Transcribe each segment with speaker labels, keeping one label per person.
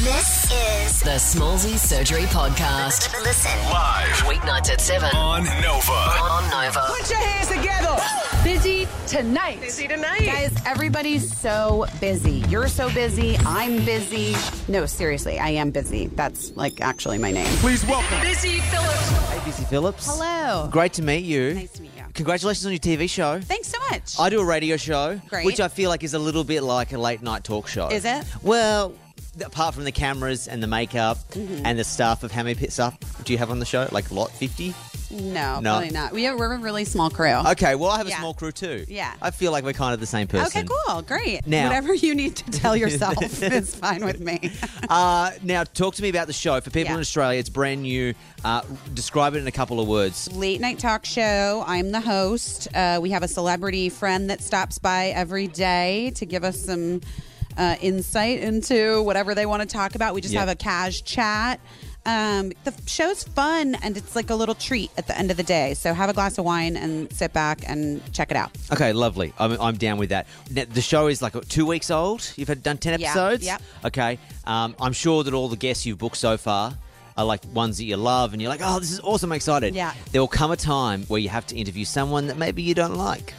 Speaker 1: This is
Speaker 2: The Smallsy Surgery Podcast.
Speaker 1: Listen.
Speaker 3: Live
Speaker 2: Weeknights at 7
Speaker 3: on Nova.
Speaker 2: on Nova.
Speaker 4: Put your hands together.
Speaker 5: Busy tonight.
Speaker 6: Guys, everybody's so busy. You're so busy. I'm busy. No, seriously, I am busy. That's like actually my name.
Speaker 7: Please welcome.
Speaker 5: Busy Phillips.
Speaker 8: ABC Phillips.
Speaker 6: Hello.
Speaker 8: Great to meet you.
Speaker 6: Nice to meet you.
Speaker 8: Congratulations on your TV show.
Speaker 6: Thanks so much.
Speaker 8: I do a radio show,
Speaker 6: Great.
Speaker 8: which I feel like is a little bit like a late night talk show.
Speaker 6: Is it?
Speaker 8: Well, th- apart from the cameras and the makeup
Speaker 6: Mm-hmm.
Speaker 8: and the staff of how many pit staff do you have on the show? Like lot 50?
Speaker 6: no,
Speaker 8: No.
Speaker 6: probably not. We are, we're a really small crew.
Speaker 8: Okay, well, I have a
Speaker 6: Yeah.
Speaker 8: small crew too.
Speaker 6: Yeah.
Speaker 8: I feel like we're kind of the same person.
Speaker 6: Okay, cool. Great.
Speaker 8: Now-
Speaker 6: Whatever you need to tell yourself is fine with me.
Speaker 8: Uh, now, talk to me about the show. For people
Speaker 6: Yeah.
Speaker 8: in Australia, it's brand new. Uh, describe it in a couple of words.
Speaker 6: Late night talk show. I'm the host. Uh, we have a celebrity friend that stops by every day to give us some uh, insight into whatever they want to talk about. We just
Speaker 8: Yeah.
Speaker 6: have a cash chat. Um, the f- show's fun and it's like a little treat at the end of the day. So have a glass of wine and sit back and check it out.
Speaker 8: Okay, lovely. I'm, I'm down with that. Now, the show is like two weeks old. You've had done ten
Speaker 6: Yeah,
Speaker 8: episodes.
Speaker 6: yep.
Speaker 8: Okay. Um, I'm sure that all the guests you've booked so far are like ones that you love, and you're like, oh, this is awesome. I'm excited.
Speaker 6: Yeah.
Speaker 8: There will come a time where you have to interview someone that maybe you don't like,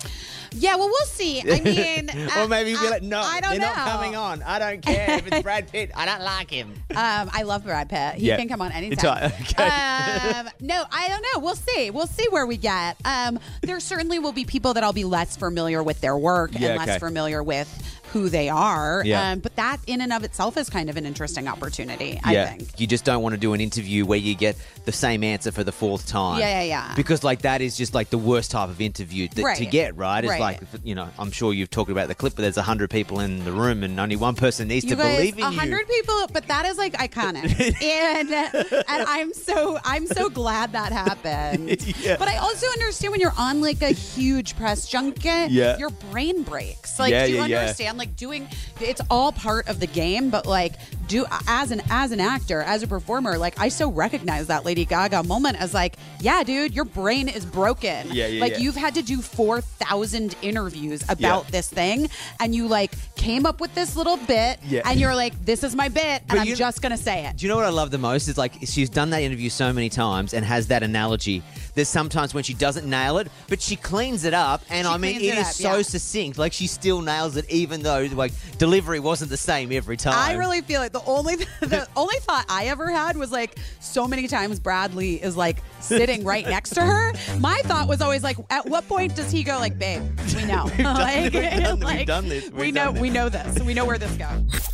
Speaker 6: Yeah, well, we'll see. I mean,
Speaker 8: or maybe you'll be
Speaker 6: Uh, I-
Speaker 8: like, no,
Speaker 6: I don't
Speaker 8: they're
Speaker 6: know.
Speaker 8: not coming on. I don't care if it's Brad Pitt. I don't like him.
Speaker 6: Um, I love Brad Pitt. He
Speaker 8: Yeah.
Speaker 6: can come on anytime.
Speaker 8: Anytime, okay.
Speaker 6: Um, no, I don't know. We'll see. We'll see where we get. Um, there certainly will be people that I'll be less familiar with their work
Speaker 8: Yeah,
Speaker 6: and less
Speaker 8: okay.
Speaker 6: familiar with who they are.
Speaker 8: Yeah.
Speaker 6: Um, but that in and of itself is kind of an interesting opportunity,
Speaker 8: yeah,
Speaker 6: I think.
Speaker 8: you just don't want to do an interview where you get the same answer for the fourth time.
Speaker 6: Yeah, yeah, yeah.
Speaker 8: Because like that is just like the worst type of interview th- to
Speaker 6: Right.
Speaker 8: get. Right? It's
Speaker 6: Right.
Speaker 8: like you know, I'm sure you've talked about the clip, but there's hundred people in the room and only one person needs
Speaker 6: You
Speaker 8: to
Speaker 6: guys,
Speaker 8: believe in
Speaker 6: a hundred people, but that is like iconic, and and I'm so I'm so glad that happened.
Speaker 8: Yeah.
Speaker 6: But I also understand when you're on like a huge press junket,
Speaker 8: Yeah.
Speaker 6: your brain breaks. Like,
Speaker 8: Yeah,
Speaker 6: do you
Speaker 8: yeah, yeah.
Speaker 6: understand? Like doing, it's all part of the game. But like, do as an as an actor, as a performer, like I so recognize that Lady Gaga moment as like, yeah, dude, your brain is broken.
Speaker 8: Yeah, yeah,
Speaker 6: like
Speaker 8: yeah.
Speaker 6: you've had to do four thousand interviews about this thing, and you like came up with this little bit,
Speaker 8: Yeah.
Speaker 6: and you're like, this is my bit,
Speaker 8: But
Speaker 6: and I'm
Speaker 8: you-
Speaker 6: just gonna say it.
Speaker 8: Do you know what I love the most? Is like she's done that interview so many times and has that analogy. There's sometimes when she doesn't nail it, but she cleans it up, and
Speaker 6: She
Speaker 8: I mean it
Speaker 6: cleans
Speaker 8: is
Speaker 6: it up,
Speaker 8: so
Speaker 6: yeah.
Speaker 8: succinct. Like she still nails it, even though like delivery wasn't the same every time.
Speaker 6: I really feel it. The only the only thought I ever had was like so many times Bradley is like sitting right next to her. My thought was always like, at what point does he go like, babe, we know, like,
Speaker 8: we've done- we've done this,
Speaker 6: we
Speaker 8: we've
Speaker 6: know,
Speaker 8: done this.
Speaker 6: we know this, we know where this goes.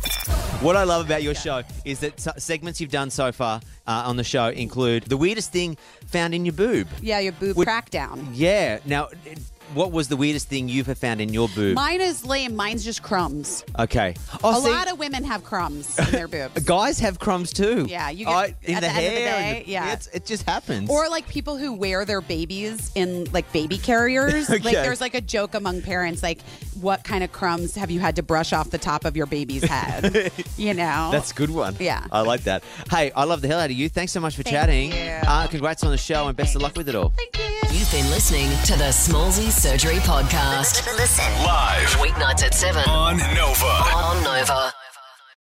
Speaker 8: What I love about your show is that so- segments you've done so far uh, on the show include the weirdest thing found in your boob.
Speaker 6: Yeah, your boob
Speaker 8: Would-
Speaker 6: crackdown.
Speaker 8: Yeah. Now, it- what was the weirdest thing you've have found in your boob?
Speaker 6: Mine is lame. Mine's just crumbs.
Speaker 8: okay. Oh,
Speaker 6: a lot of women have crumbs in their boobs.
Speaker 8: guys have crumbs too.
Speaker 6: Yeah, you get-
Speaker 8: in
Speaker 6: at the
Speaker 8: the,
Speaker 6: end
Speaker 8: hair.
Speaker 6: of the
Speaker 8: and
Speaker 6: day, yeah.
Speaker 8: it's- it just happens.
Speaker 6: Or like people who wear their babies in like baby carriers. Like
Speaker 8: Okay.
Speaker 6: there's like a joke among parents, like what kind of crumbs have you had to brush off the top of your baby's head? you know,
Speaker 8: that's a good one.
Speaker 6: Yeah.
Speaker 8: I like that. Hey, I love the hell out of you. Thanks so much for
Speaker 6: Thank
Speaker 8: chatting.
Speaker 6: you.
Speaker 8: Uh, congrats on the show and best of luck with it all.
Speaker 2: You've been listening to The Smallsy Surgery Podcast.
Speaker 1: Listen.
Speaker 3: Live
Speaker 2: Weeknights at 7
Speaker 3: on Nova.
Speaker 2: on Nova.